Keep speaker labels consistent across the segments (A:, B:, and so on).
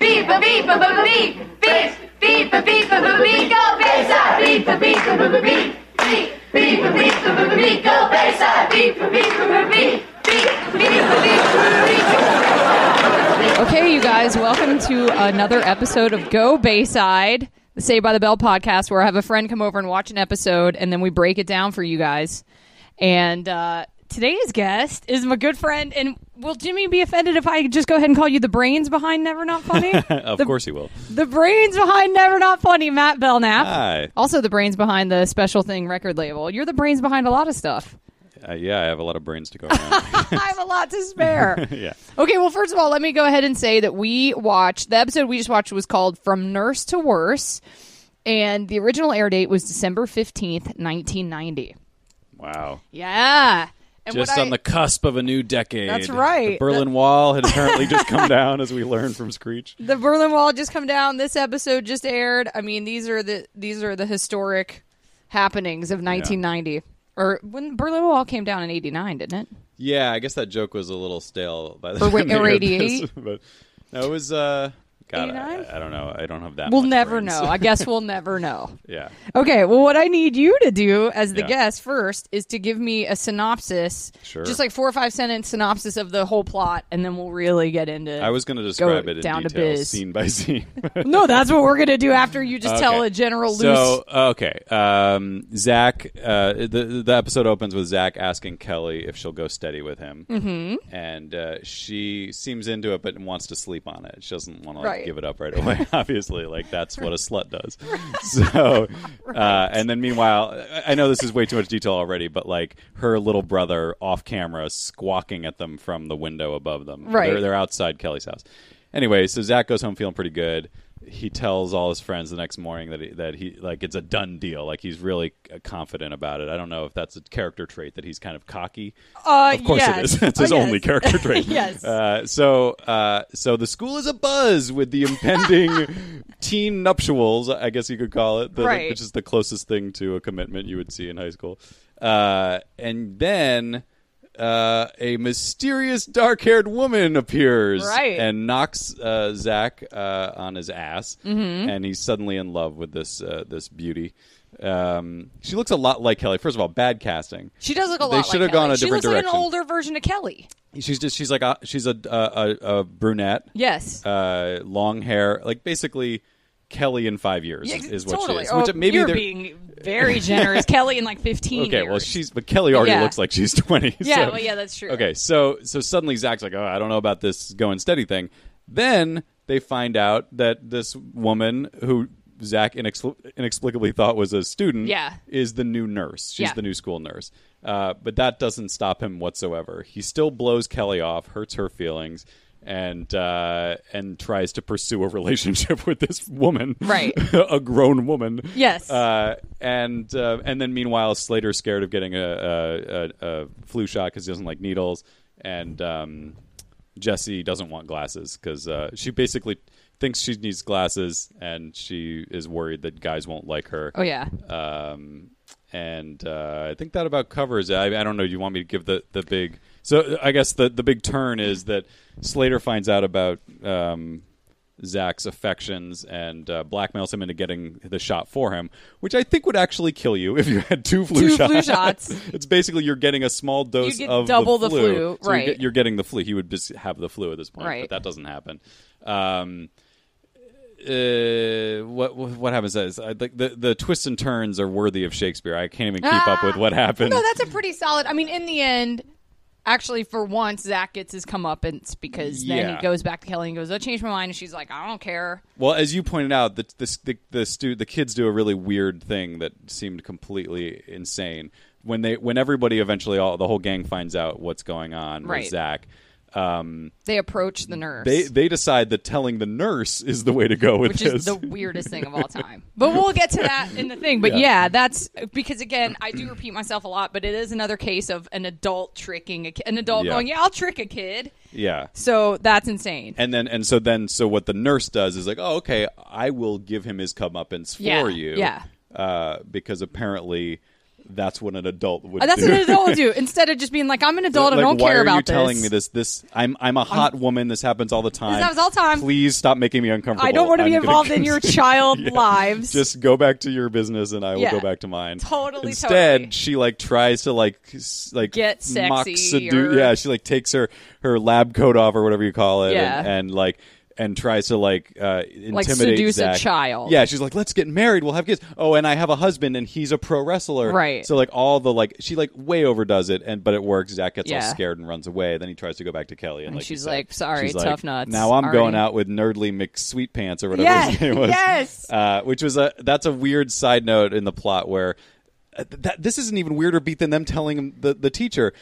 A: beep, beep, beep, beep, beep, beep, beep, beep, beep, beep, beep, go Bayside, beep, beep, beep, beep, beep, beep, beep, beep, beep, beep, beep, beep, beep, go Bayside, beep, beep, beep, beep, beep, beep, beep, beep, beep, beep, beep, beep.
B: Okay, you guys, welcome to another episode of Go Bayside, the Say by the Bell podcast, where I have a friend come over and watch an episode, and then we break it down for you guys. And uh, today's guest is my good friend. And will Jimmy be offended if I just go ahead and call you the brains behind Never Not Funny?
C: Of
B: The-
C: course he will.
B: The brains behind Never Not Funny, Matt Belknap.
C: Hi.
B: Also, the brains behind the Special Thing record label. You're the brains behind a lot of stuff.
C: Uh, yeah, I have a lot of brains to go around.
B: I have a lot to spare.
C: yeah.
B: Okay, well, first of all, let me go ahead and say that we watched the episode we just watched was called From Nurse to Worse, and the original air date was December 15th, 1990.
C: Wow.
B: Yeah. And what
C: Just on
B: I-
C: the cusp of a new decade.
B: That's right.
C: The Berlin Wall had apparently just come down, as we learned from Screech.
B: the Berlin Wall just come down. This episode just aired. I mean, these are the these are the historic happenings of 1990. Or when Berlin Wall came down in 89, didn't it?
C: Yeah, I guess that joke was a little stale by the
B: Or wait,
C: time they
B: or
C: aired
B: 88?
C: this, But no, it was. Uh, God, I,
B: 89?
C: I don't know. I don't have that.
B: We'll
C: much
B: never
C: brains.
B: know. I guess we'll never know.
C: yeah.
B: Okay, well, what I need you to do as the
C: Yeah.
B: guest first is to give me a synopsis,
C: Sure.
B: just like four or five sentence synopsis of the whole plot, and then we'll really get into.
C: I was going to describe it in
B: down to
C: detail,
B: biz.
C: scene by scene.
B: no, that's what we're gonna do after you just tell
C: Okay.
B: a general loose.
C: So uh, okay, um, Zach. Uh, the the episode opens with Zach asking Kelly if she'll go steady with him, mm-hmm. and uh, she seems into it, but wants to sleep on it. She doesn't want to like,
B: Right.
C: give it up right away. Obviously, like that's what a slut does. So, uh, and then meanwhile, I I know this is way too much detail already, but like her little brother off camera squawking at them from the window above them.
B: Right.
C: They're, they're outside Kelly's house. Anyway, so Zach goes home feeling pretty good. He tells all his friends the next morning that he, that he like it's a done deal. Like he's really uh, confident about it. I don't know if that's a character trait that he's kind of cocky.
B: Uh,
C: of course
B: yes.
C: it is. That's his
B: Oh, yes.
C: only character trait.
B: Yes.
C: Uh, so uh, so the school is abuzz with the impending teen nuptials. I guess you could call it, the-
B: Right.
C: which is the closest thing to a commitment you would see in high school. Uh, and then uh, a mysterious dark haired woman appears
B: Right.
C: and knocks uh, Zach uh, on his ass,
B: Mm-hmm.
C: and he's suddenly in love with this uh, this beauty. Um, she looks a lot like Kelly. First of all, bad casting.
B: she does look a
C: They
B: lot.
C: should
B: like
C: have gone
B: Kelly.
C: a
B: She
C: different
B: looks like
C: direction.
B: an older version of Kelly.
C: She's just she's like a, she's a, a a a brunette.
B: Yes.
C: Uh, long hair, like basically Kelly in five years
B: Yeah,
C: is, is what
B: totally.
C: she is. Which
B: oh,
C: maybe
B: you're
C: they're-
B: being very generous. Kelly in like 15
C: okay.
B: years.
C: Well, she's but Kelly already
B: Yeah.
C: looks like she's twenty.
B: Yeah,
C: so-
B: well, yeah, that's true.
C: Okay, so so suddenly Zach's like, oh, I don't know about this going steady thing. Then they find out that this woman who Zach inexpl- inexplicably thought was a student,
B: Yeah.
C: is the new nurse. She's
B: Yeah.
C: the new school nurse. Uh, but that doesn't stop him whatsoever. He still blows Kelly off, hurts her feelings. And uh, and tries to pursue a relationship with this woman,
B: Right.
C: a grown woman,
B: Yes.
C: uh, and uh, and then meanwhile, Slater's scared of getting a, a, a, a flu shot because he doesn't like needles, and um, Jesse doesn't want glasses because uh, she basically thinks she needs glasses, and she is worried that guys won't like her.
B: Oh yeah.
C: Um, and uh, I think that about covers it. I, I don't know. Do you want me to give the, the big? So I guess the the big turn is that Slater finds out about um, Zach's affections and uh, blackmails him into getting the shot for him, which I think would actually kill you if you had two flu
B: Two
C: shots.
B: flu shots.
C: it's basically you're getting a small dose
B: get
C: of
B: double the
C: the flu.
B: flu,
C: So you're
B: right.
C: get- you're getting the flu. He would just have the flu at this point,
B: Right.
C: but that doesn't happen. Um, uh, what what happens is I, like the the twists and turns are worthy of Shakespeare. I can't even keep up with what happened.
B: Ah, No, that's a pretty solid. I mean, in the end, actually, for once, Zach gets his comeuppance because then he
C: Yeah.
B: goes back to Kelly and goes, "I changed my mind," and she's like, "I don't care."
C: well, as you pointed out, the the the, the, stu- the kids do a really weird thing that seemed completely insane when they when everybody eventually all the whole gang finds out what's going on
B: Right.
C: with Zach. Um,
B: They approach the nurse,
C: they they decide that telling the nurse is the way to go with
B: which
C: this.
B: is the weirdest thing of all time. But we'll get to that in the thing. But yeah. that's because again, I do repeat myself a lot, but it is another case of an adult tricking a ki- an adult
C: Yeah.
B: going, "Yeah, I'll trick a kid."
C: yeah.
B: So that's insane.
C: And then and so then so what the nurse does is like, oh okay, I will give him his comeuppance
B: Yeah,
C: for you.
B: yeah.
C: Uh, because apparently that's what an adult would
B: Uh, Oh, That's
C: do.
B: what an adult would do. Instead of just being like, I'm an adult, I
C: like,
B: don't
C: why
B: care
C: are
B: about
C: you
B: this.
C: telling me this? This I'm I'm a hot woman. This happens all the time.
B: happens all the time.
C: Please stop making me uncomfortable.
B: I don't want to be
C: I'm gonna
B: involved in your
C: continue-
B: child lives.
C: Just go back to your business, and I will
B: Yeah.
C: go back to mine.
B: Totally,
C: Instead,
B: totally.
C: she like tries to like s- like
B: Get
C: mock
B: sexy
C: sedu-
B: or-
C: Yeah, she like takes her her lab coat off or whatever you call it,
B: Yeah.
C: and, and like. And tries to like uh, intimidate
B: seduce a
C: Zach.
B: child.
C: Yeah, she's like, "Let's get married. We'll have kids." Oh, and I have a husband, and he's a pro wrestler.
B: Right.
C: So like all the like, she like way overdoes it, and but it works. Zach gets all
B: Yeah.
C: scared and runs away. Then he tries to go back to Kelly, and,
B: And
C: like you
B: she's
C: said,
B: like, "Sorry,
C: she's
B: tough nuts,
C: Now I'm
B: Arnie."
C: going out with Nerdly McSweetpants or whatever
B: Yes,
C: his name was.
B: yes.
C: Uh, which was a that's a weird side note in the plot where uh, th- that, this is an even weirder beat than them telling him the, the teacher.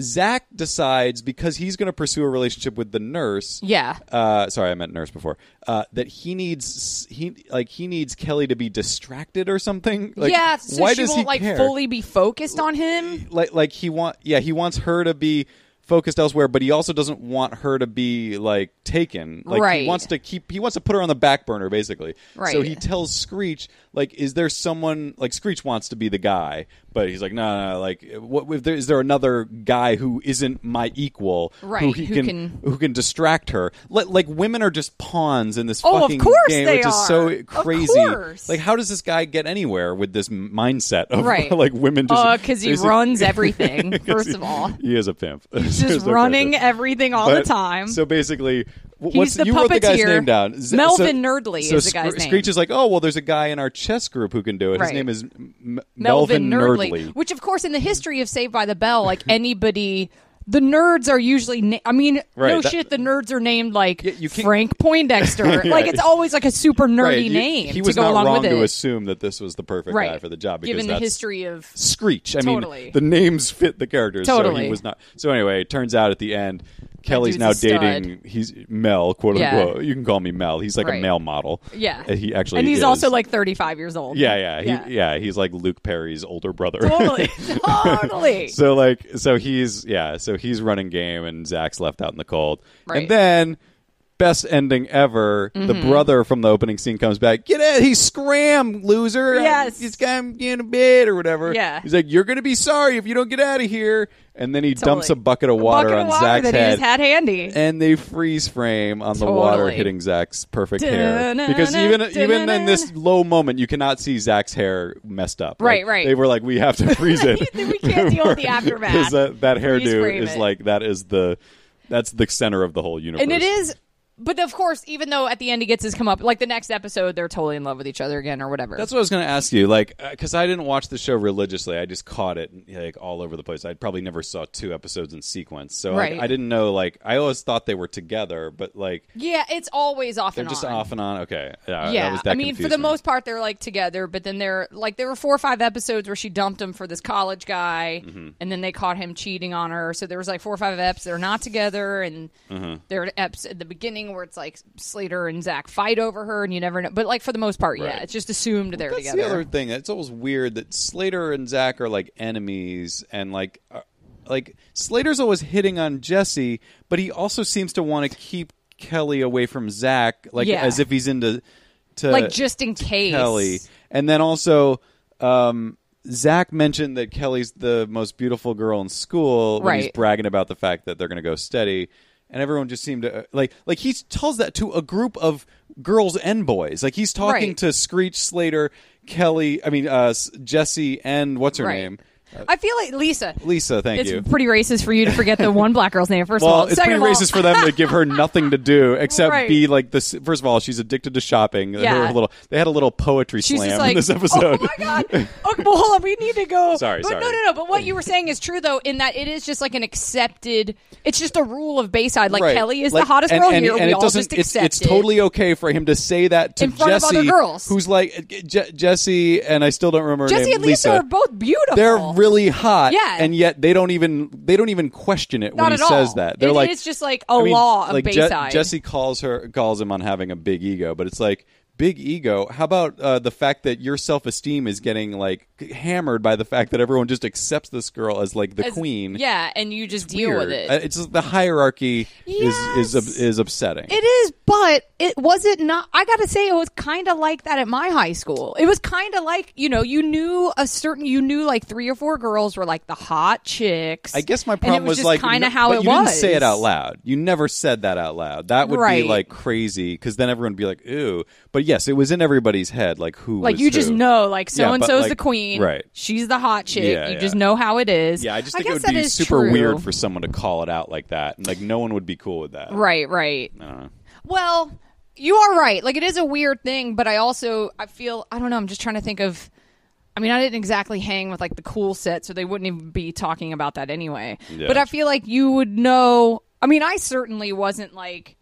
C: Zach decides because he's going to pursue a relationship with the nurse.
B: Yeah.
C: Uh, sorry, I meant nurse before. Uh, that he needs he like he needs Kelly to be distracted or something. Like,
B: yeah, so
C: why
B: she
C: does
B: won't
C: he
B: like
C: care?
B: fully be focused on him.
C: like like he want yeah he wants her to be focused elsewhere but he also doesn't want her to be like taken like
B: Right.
C: he wants to keep he wants to put her on the back burner basically so
B: Right.
C: he tells screech like is there someone like screech wants to be the guy but he's like no no, no like what if there, is there another guy who isn't my equal who
B: Right,
C: he
B: who
C: can,
B: can-
C: who can distract her like, like women are just pawns in this
B: Oh, of
C: fucking
B: course
C: game
B: they
C: which is
B: are.
C: so
B: Of
C: crazy
B: course.
C: like how does this guy get anywhere with this m- mindset of
B: Right.
C: like women just
B: Because Uh, he
C: basically-
B: runs everything,
C: 'Cause
B: first
C: he-
B: of all.
C: he is a pimp. He's
B: Just running everything all the time.
C: So basically, wh-
B: He's
C: what's
B: the
C: you wrote the guy's
B: puppeteer.
C: name down? Z-
B: Melvin Nerdly
C: so
B: is the guy's
C: Scr-
B: name.
C: Screech is like, oh well, there's a guy in our chess group who can do it.
B: Right.
C: His name is M-
B: Melvin, Nerdly,
C: Nerdly.
B: which of course in the history of Saved by the Bell, like anybody, the nerds are usually. Na- I mean, no
C: Right, that-
B: shit, the nerds are named like
C: you can't-
B: Frank Poindexter. Like it's always like a super nerdy
C: Right, you-
B: name
C: He was
B: to go
C: not
B: along
C: wrong
B: with
C: to
B: it.
C: assume that this was the perfect
B: right
C: guy for the job because
B: given the
C: that's
B: history of
C: Screech. I
B: Totally.
C: mean, the names fit the characters. So
B: Totally.
C: he was not. So anyway, it turns out at the end, Kelly's
B: dude's
C: now
B: a stud.
C: dating. He's Mel, quote
B: Yeah.
C: unquote. You can call me Mel. He's like
B: Right.
C: a male model.
B: yeah.
C: Uh, he actually.
B: and he's
C: is.
B: also like thirty five years old.
C: Yeah, yeah, he,
B: yeah.
C: yeah. He's like Luke Perry's older brother.
B: totally, totally.
C: so like, so he's yeah, so he's running game, and Zach's left out in the cold.
B: Right. Mm-hmm.
C: And then, best ending ever. The brother from the opening scene comes back. Get out! He scram, loser. "Uh,
B: Yes.
C: he's come in a bit or whatever.
B: Yeah.
C: he's like, you're gonna be sorry if you don't get out of here. And then he dumps a
B: Totally.
C: bucket of
B: A
C: water
B: bucket
C: on
B: of water
C: Zach's
B: that he
C: head.
B: just had handy.
C: and they freeze frame on the water
B: Totally.
C: hitting Zach's perfect hair
B: Dun-dun-dun,
C: because even even in this
B: dun-dun-dun.
C: low moment you cannot see Zach's hair messed up.
B: Right,
C: Like,
B: right.
C: They were like, we have to freeze it.
B: We can't deal with the aftermath.
C: Because that, that
B: Freeze frame
C: hairdo is
B: it.
C: like that is the that's the center of the whole universe.
B: and it is but of course even though at the end he gets his come up like the next episode they're totally in love with each other again or whatever
C: That's what I was going to ask you, like, because I didn't watch the show religiously. I just caught it like all over the place. I probably never saw two episodes in sequence, so like,
B: Right.
C: I didn't know. Like, I always thought they were together, but like
B: yeah it's always off
C: they're
B: and
C: just
B: on
C: off and on. Okay, yeah,
B: yeah
C: Uh, That was, that
B: i mean for
C: confused
B: the
C: me.
B: most part they're like together but then they're like there were four or five episodes where she dumped him for this college guy
C: Mm-hmm.
B: and then they caught him cheating on her so there was like four or five eps they're not together and
C: Mm-hmm.
B: there are eps at the beginning where it's like slater and zach fight over her and you never know but like for the most part yeah
C: Right.
B: it's just assumed they're
C: That's
B: together
C: the other thing. It's always weird that Slater and Zach are like enemies, and like, uh, like Slater's always hitting on Jesse, but he also seems to want to keep Kelly away from Zach, like
B: Yeah.
C: as if he's into to
B: like just in case
C: uh, Kelly. And then also, um, Zach mentioned that Kelly's the most beautiful girl in school when he's
B: Right.
C: bragging about the fact that they're going to go steady. And everyone just seemed to uh, like like he tells that to a group of girls and boys. Like he's talking
B: Right.
C: to Screech, Slater, Kelly. I mean, uh, S- Jesse, and what's her
B: Right.
C: name?
B: i feel like lisa
C: Lisa. uh, Thank
B: it's
C: you.
B: pretty racist for you to forget the one black girl's name. First of all,
C: Well, it's
B: Second
C: pretty
B: of all-
C: racist for them to give her nothing to do except
B: Right.
C: be like this. First of all, she's addicted to shopping. Her
B: Yeah.
C: little, they had a little poetry
B: She's
C: slam
B: just like,
C: in this episode.
B: oh my god! Okay, well, hold on, we need to go.
C: Sorry,
B: but
C: sorry.
B: No, no, no. But what you were saying is true, though, in that it is just like an accepted. It's just a rule of Bayside. Like
C: Right.
B: Kelly is
C: Like,
B: the hottest
C: and,
B: girl
C: and,
B: here.
C: And
B: we
C: it
B: all
C: doesn't,
B: just
C: it's,
B: accept
C: it's
B: it.
C: totally okay for him to say that to
B: In front of
C: Jesse,
B: other girls.
C: who's like Je- Jesse, and I still don't remember her
B: Jesse
C: name,
B: and Lisa, are both beautiful.
C: They're really hot,
B: Yeah.
C: and yet they don't even they don't even question it
B: not
C: when
B: at
C: he
B: all.
C: says that. They're
B: It-
C: like
B: it's just like a
C: I mean,
B: law of
C: like Je-
B: Bayside.
C: Jesse calls her calls him on having a big ego, but it's like big ego. How about uh, the fact that your self esteem is getting like hammered by the fact that everyone just accepts this girl as like the
B: As-
C: queen?
B: Yeah, and you just deal
C: Weird.
B: with it.
C: Uh, It's just the hierarchy is
B: Yes.
C: is is upsetting.
B: It is, but it was it not. I gotta say, it was kind of like that at my high school. It was kind of like you know, you knew a certain, you knew like three or four girls were like the hot chicks.
C: I guess my
B: and
C: problem
B: it was, just
C: like
B: kind
C: no-
B: of how
C: but
B: it
C: you
B: was.
C: didn't say it out loud. You never said that out loud. That would
B: Right.
C: be like crazy because then everyone would be like, "Ooh." But yes, it was in everybody's head. Like who?
B: Like
C: was
B: you just
C: who.
B: know, like so and so's
C: like,
B: the queen,
C: right.
B: She's the hot chick.
C: Yeah,
B: you
C: yeah.
B: just know how it is.
C: Yeah, I just
B: I
C: think it
B: guess
C: would
B: that
C: be
B: is
C: super
B: true.
C: weird for someone to call it out like that. Like no one would be cool with that.
B: Right, right.
C: I don't know.
B: Well, you are right. Like it is a weird thing, but I also I feel I don't know. I'm just trying to think of. I mean, I didn't exactly hang with like the cool set, so they wouldn't even be talking about that anyway.
C: Yeah.
B: But I feel like you would know. I mean, I certainly wasn't like.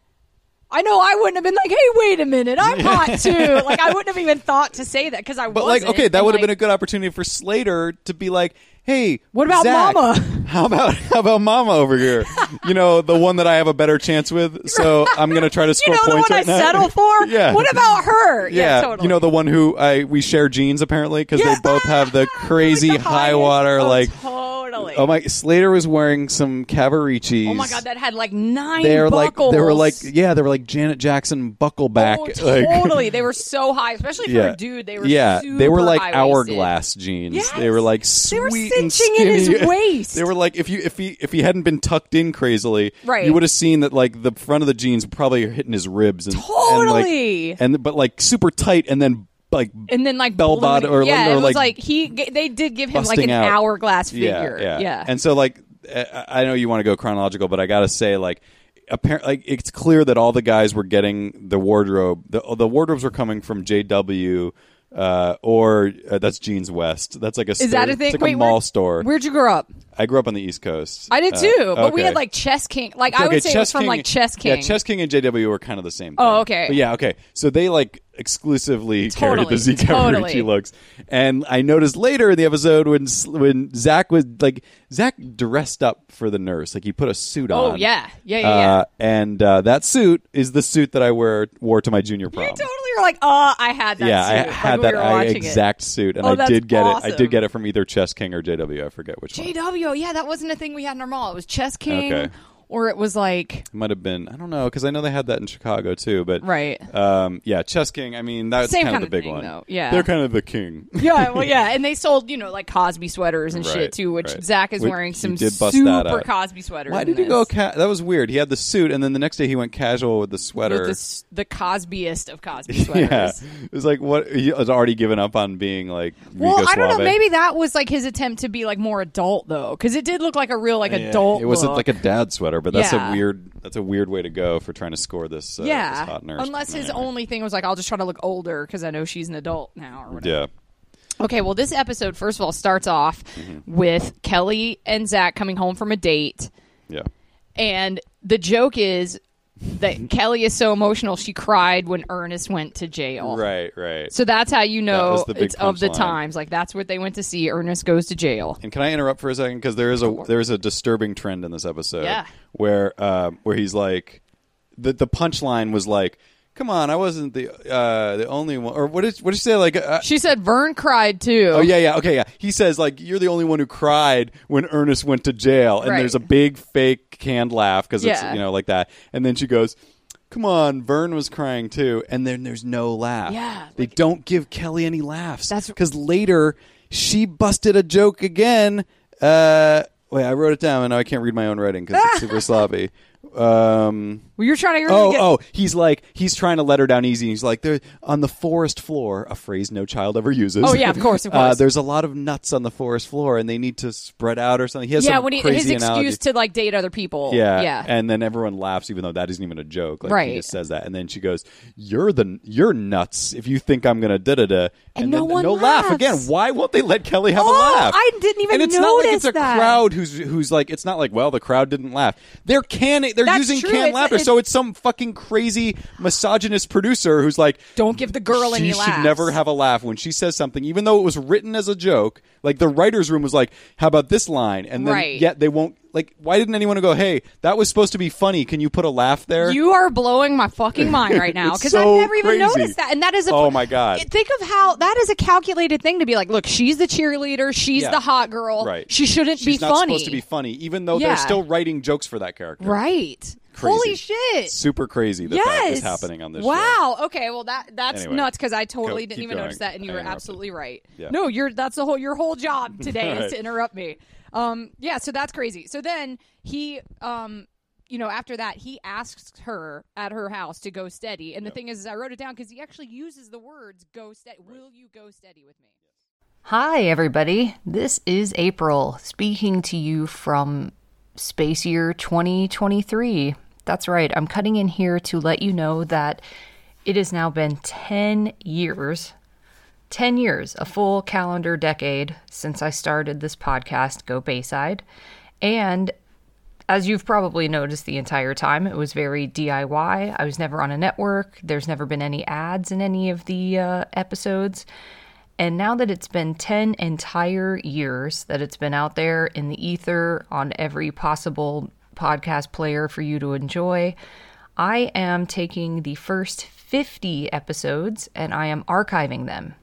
B: I know I wouldn't have been like, "Hey, wait a minute, I'm hot too." like I wouldn't have even thought to say that because I.
C: But like, okay, that would have been a good opportunity for Slater to be like, "Hey,
B: What about
C: Zach,
B: Mama?"
C: How about how about Mama over here? you know, the one that I have a better chance with. So I'm gonna try to
B: You
C: score
B: know the
C: points
B: one I
C: right now."
B: settle for.
C: yeah.
B: What about her?
C: yeah,
B: totally.
C: you know the one who I we share genes apparently because
B: Yeah.
C: they both have the crazy
B: Like the
C: high
B: highest-
C: water
B: oh,
C: like
B: totally.
C: oh my Slater was wearing some Cavaricis.
B: Oh my god, that had like nine.
C: they were like
B: buckles.
C: they were like yeah they were like Janet Jackson buckleback
B: Oh,
C: like-
B: totally. they were so high, especially for
C: yeah
B: a dude. They were
C: yeah they were
B: super
C: like
B: high-waisted.
C: hourglass jeans
B: Yes.
C: they were like
B: They
C: sweet
B: were
C: and
B: cinching in his
C: skinny.
B: waist.
C: they were like if you if he if he hadn't been tucked in crazily
B: Right.
C: you would have seen that like the front of the jeans probably are hitting his ribs and and, like-
B: Totally.
C: and but like super tight and then like
B: And then like
C: bell
B: balloon-
C: bottom or,
B: yeah,
C: or
B: it was
C: like,
B: like, he. g- They did give him like
C: busting
B: an
C: out.
B: hourglass figure.
C: Yeah, yeah. And so like I I know you want to go chronological, but I gotta say like apparently like, it's clear that all the guys were getting the wardrobe. The oh, the wardrobes were coming from JW. Uh, or uh, that's Jeans West. That's like a
B: is that a thing?
C: It's like
B: Wait,
C: a mall
B: where-
C: store.
B: Where'd you grow up?
C: I grew up on the East Coast.
B: I did
C: Uh,
B: too, but we had
C: okay.
B: like Chess King. Like I
C: Okay,
B: would say it was
C: Chess
B: from
C: King-
B: like Chess King.
C: Yeah, Chess King and JW were kind of the same. Thing.
B: Oh, okay.
C: But yeah, okay. So they like exclusively carried the
B: Totally,
C: Z
B: totally.
C: Cavarici looks, and I noticed later in the episode when s- when Zach was like Zach dressed up for the nurse, like he put a suit on.
B: Oh yeah, yeah, yeah. yeah.
C: Uh, and uh, that suit is the suit that I wear wore to my junior prom.
B: you totally were like, oh, I had that.
C: yeah,
B: suit.
C: I
B: like,
C: had
B: when
C: that
B: we were
C: I-
B: watching it.
C: exact suit, and
B: Oh,
C: I
B: that's
C: did get it. I
B: awesome.
C: did get it from either Chess King or JW. I forget which one.
B: JW, yeah, that wasn't a thing we had in our mall. It was Chess King,
C: Okay.
B: or it was like
C: It might have been I don't know because I know they had that in Chicago too, but
B: Right.
C: Um, yeah, Chess King. I mean, that's
B: Same
C: kind,
B: kind
C: of
B: of
C: the big
B: thing,
C: one.
B: though. Yeah.
C: they're kind of the king.
B: yeah, well, yeah, and they sold you know like Cosby sweaters and
C: Right,
B: shit too, which
C: right.
B: Zach is
C: We-
B: wearing
C: he
B: some
C: did bust that
B: super
C: out.
B: Cosby sweaters.
C: Why
B: in
C: did he
B: this.
C: go? Ca- that was weird. He had the suit, and then the next day he went casual with the
B: with
C: sweater.
B: the, s- the Cosbyest of Cosby sweaters?
C: yeah, it was like what he was already given up on being like.
B: Well,
C: Rico
B: I don't know.
C: Suave.
B: Maybe that was like his attempt to be like more adult though, because it did look like a real like
C: Yeah.
B: adult.
C: It wasn't
B: look.
C: like a dad sweater, but that's
B: Oh, Yeah.
C: a weird. That's a weird way to go for trying to score this. Uh, this
B: yeah,
C: hot nurse.
B: unless his
C: Anyway.
B: only thing was like I'll just try to look older because I know she's an adult now or whatever.
C: Yeah.
B: Okay, well, this episode, first of all, starts off with Kelly and Zach coming home from a date.
C: Yeah.
B: And the joke is that Kelly is so emotional, she cried when Ernest went to jail.
C: Right. Right.
B: So that's how you know
C: was the big
B: it's of the
C: punchline.
B: times. Like, that's what they went to see. Ernest goes to jail.
C: And can I interrupt for a second? Because there is a there is a disturbing trend in this episode.
B: Yeah.
C: Where uh, where he's like, the the punchline was like, "Come on, I wasn't the uh, the only one." Or what did what did she say? Like, uh,
B: She said Vern cried too.
C: oh yeah, yeah, okay, yeah. He says like, "You're the only one who cried when Ernest went to jail," and
B: Right.
C: there's a big fake canned laugh because
B: Yeah.
C: it's you know like that. And then she goes. Come on, Vern was crying too, and then there's no laugh.
B: Yeah,
C: they don't give Kelly any laughs.
B: That's-
C: because later she busted a joke again. Uh, wait, I wrote it down, and now I can't read my own writing because it's super sloppy. Um,
B: Well, you're trying to. You're gonna
C: oh,
B: get-
C: oh, he's like he's trying to let her down easy. He's like, there on the forest floor, a phrase no child ever uses.
B: Oh, yeah, of course, of
C: Uh,
B: course.
C: there's a lot of nuts on the forest floor, and they need to spread out or something. He has
B: Yeah,
C: some
B: when he,
C: crazy
B: his excuse
C: analogy.
B: to like date other people.
C: Yeah,
B: Yeah.
C: And then everyone laughs, even though that isn't even a joke. Like,
B: Right.
C: He just says that, and then she goes, "You're the you're nuts if you think I'm gonna da da da."
B: And no
C: then
B: one
C: no laugh
B: laughs.
C: again. Why won't they let Kelly have
B: Oh,
C: a laugh?
B: I didn't even
C: And it's not like
B: notice
C: it's a
B: that.
C: crowd who's who's like it's not like well the crowd didn't laugh. They're canning. They're
B: That's
C: using
B: true.
C: canned
B: It's-
C: laughter,
B: it's
C: so so it's some fucking crazy misogynist producer who's like,
B: Don't give the girl
C: she
B: any
C: should
B: laughs.
C: never have a laugh when she says something, even though it was written as a joke. Like the writers' room was like, "How about this line?" And then
B: Right.
C: yet they won't. Like, why didn't anyone go, "Hey, that was supposed to be funny. Can you put a laugh there?"
B: You are blowing my fucking mind right now
C: It's
B: because
C: so
B: I've never even
C: crazy.
B: noticed that, and that is a
C: Oh, my God.
B: Think of how that is a calculated thing to be like. Look, she's the cheerleader. She's
C: Yeah.
B: the hot girl.
C: Right.
B: She shouldn't be
C: She's not
B: funny.
C: supposed to be funny, even though
B: Yeah.
C: they're still writing jokes for that character.
B: right.
C: Crazy.
B: Holy shit.
C: Super crazy that
B: yes.
C: that is happening on this. show.
B: Wow. Okay. Well, that that's
C: Anyway.
B: nuts because I totally
C: Go-
B: didn't
C: keep
B: even
C: going.
B: notice that, and you
C: I
B: were
C: interrupted.
B: absolutely right.
C: Yeah.
B: No, you're that's the whole your whole job today
C: Right.
B: is to interrupt me. Um. Yeah. So that's crazy. So then he um. You know, after that, he asks her at her house to go steady. And the thing is, is I wrote it down because he actually uses the words "go steady." Will you go steady with me?
D: Hi, everybody. This is April speaking to you from Space Year 2023. That's right. I'm cutting in here to let you know that it has now been 10 years, 10 years, a full calendar decade since I started this podcast, Go Bayside. And as you've probably noticed the entire time, it was very DIY. I was never on a network. There's never been any ads in any of the uh, episodes. And now that it's been 10 entire years that it's been out there in the ether on every possible podcast player for you to enjoy, I am taking the first 50 episodes and I am archiving them.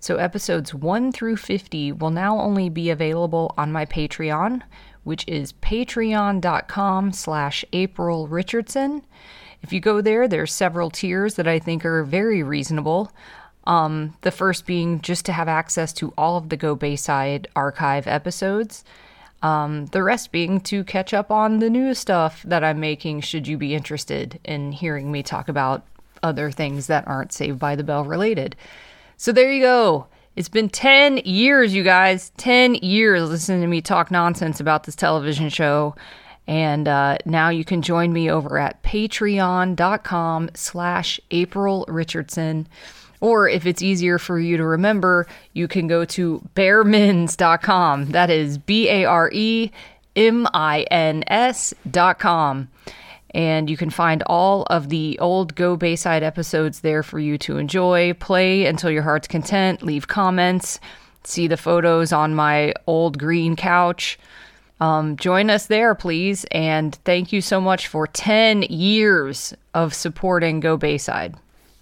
D: So episodes 1 through 50 will now only be available on my Patreon, which is patreon.com slash April Richardson. If you go there, there's several tiers that I think are very reasonable. Um, the first being just to have access to all of the Go Bayside archive episodes. Um, the rest being to catch up on the new stuff that I'm making, should you be interested in hearing me talk about other things that aren't Saved by the Bell related. So there you go. It's been 10 years, you guys. 10 years listening to me talk nonsense about this television show. And uh, now you can join me over at patreon.com slash April Richardson. Or if it's easier for you to remember, you can go to bearmins.com. That is B A R E M I N S.com. And you can find all of the old Go Bayside episodes there for you to enjoy, play until your heart's content, leave comments, see the photos on my old green couch. Um, join us there, please. And thank you so much for 10 years of supporting Go Bayside.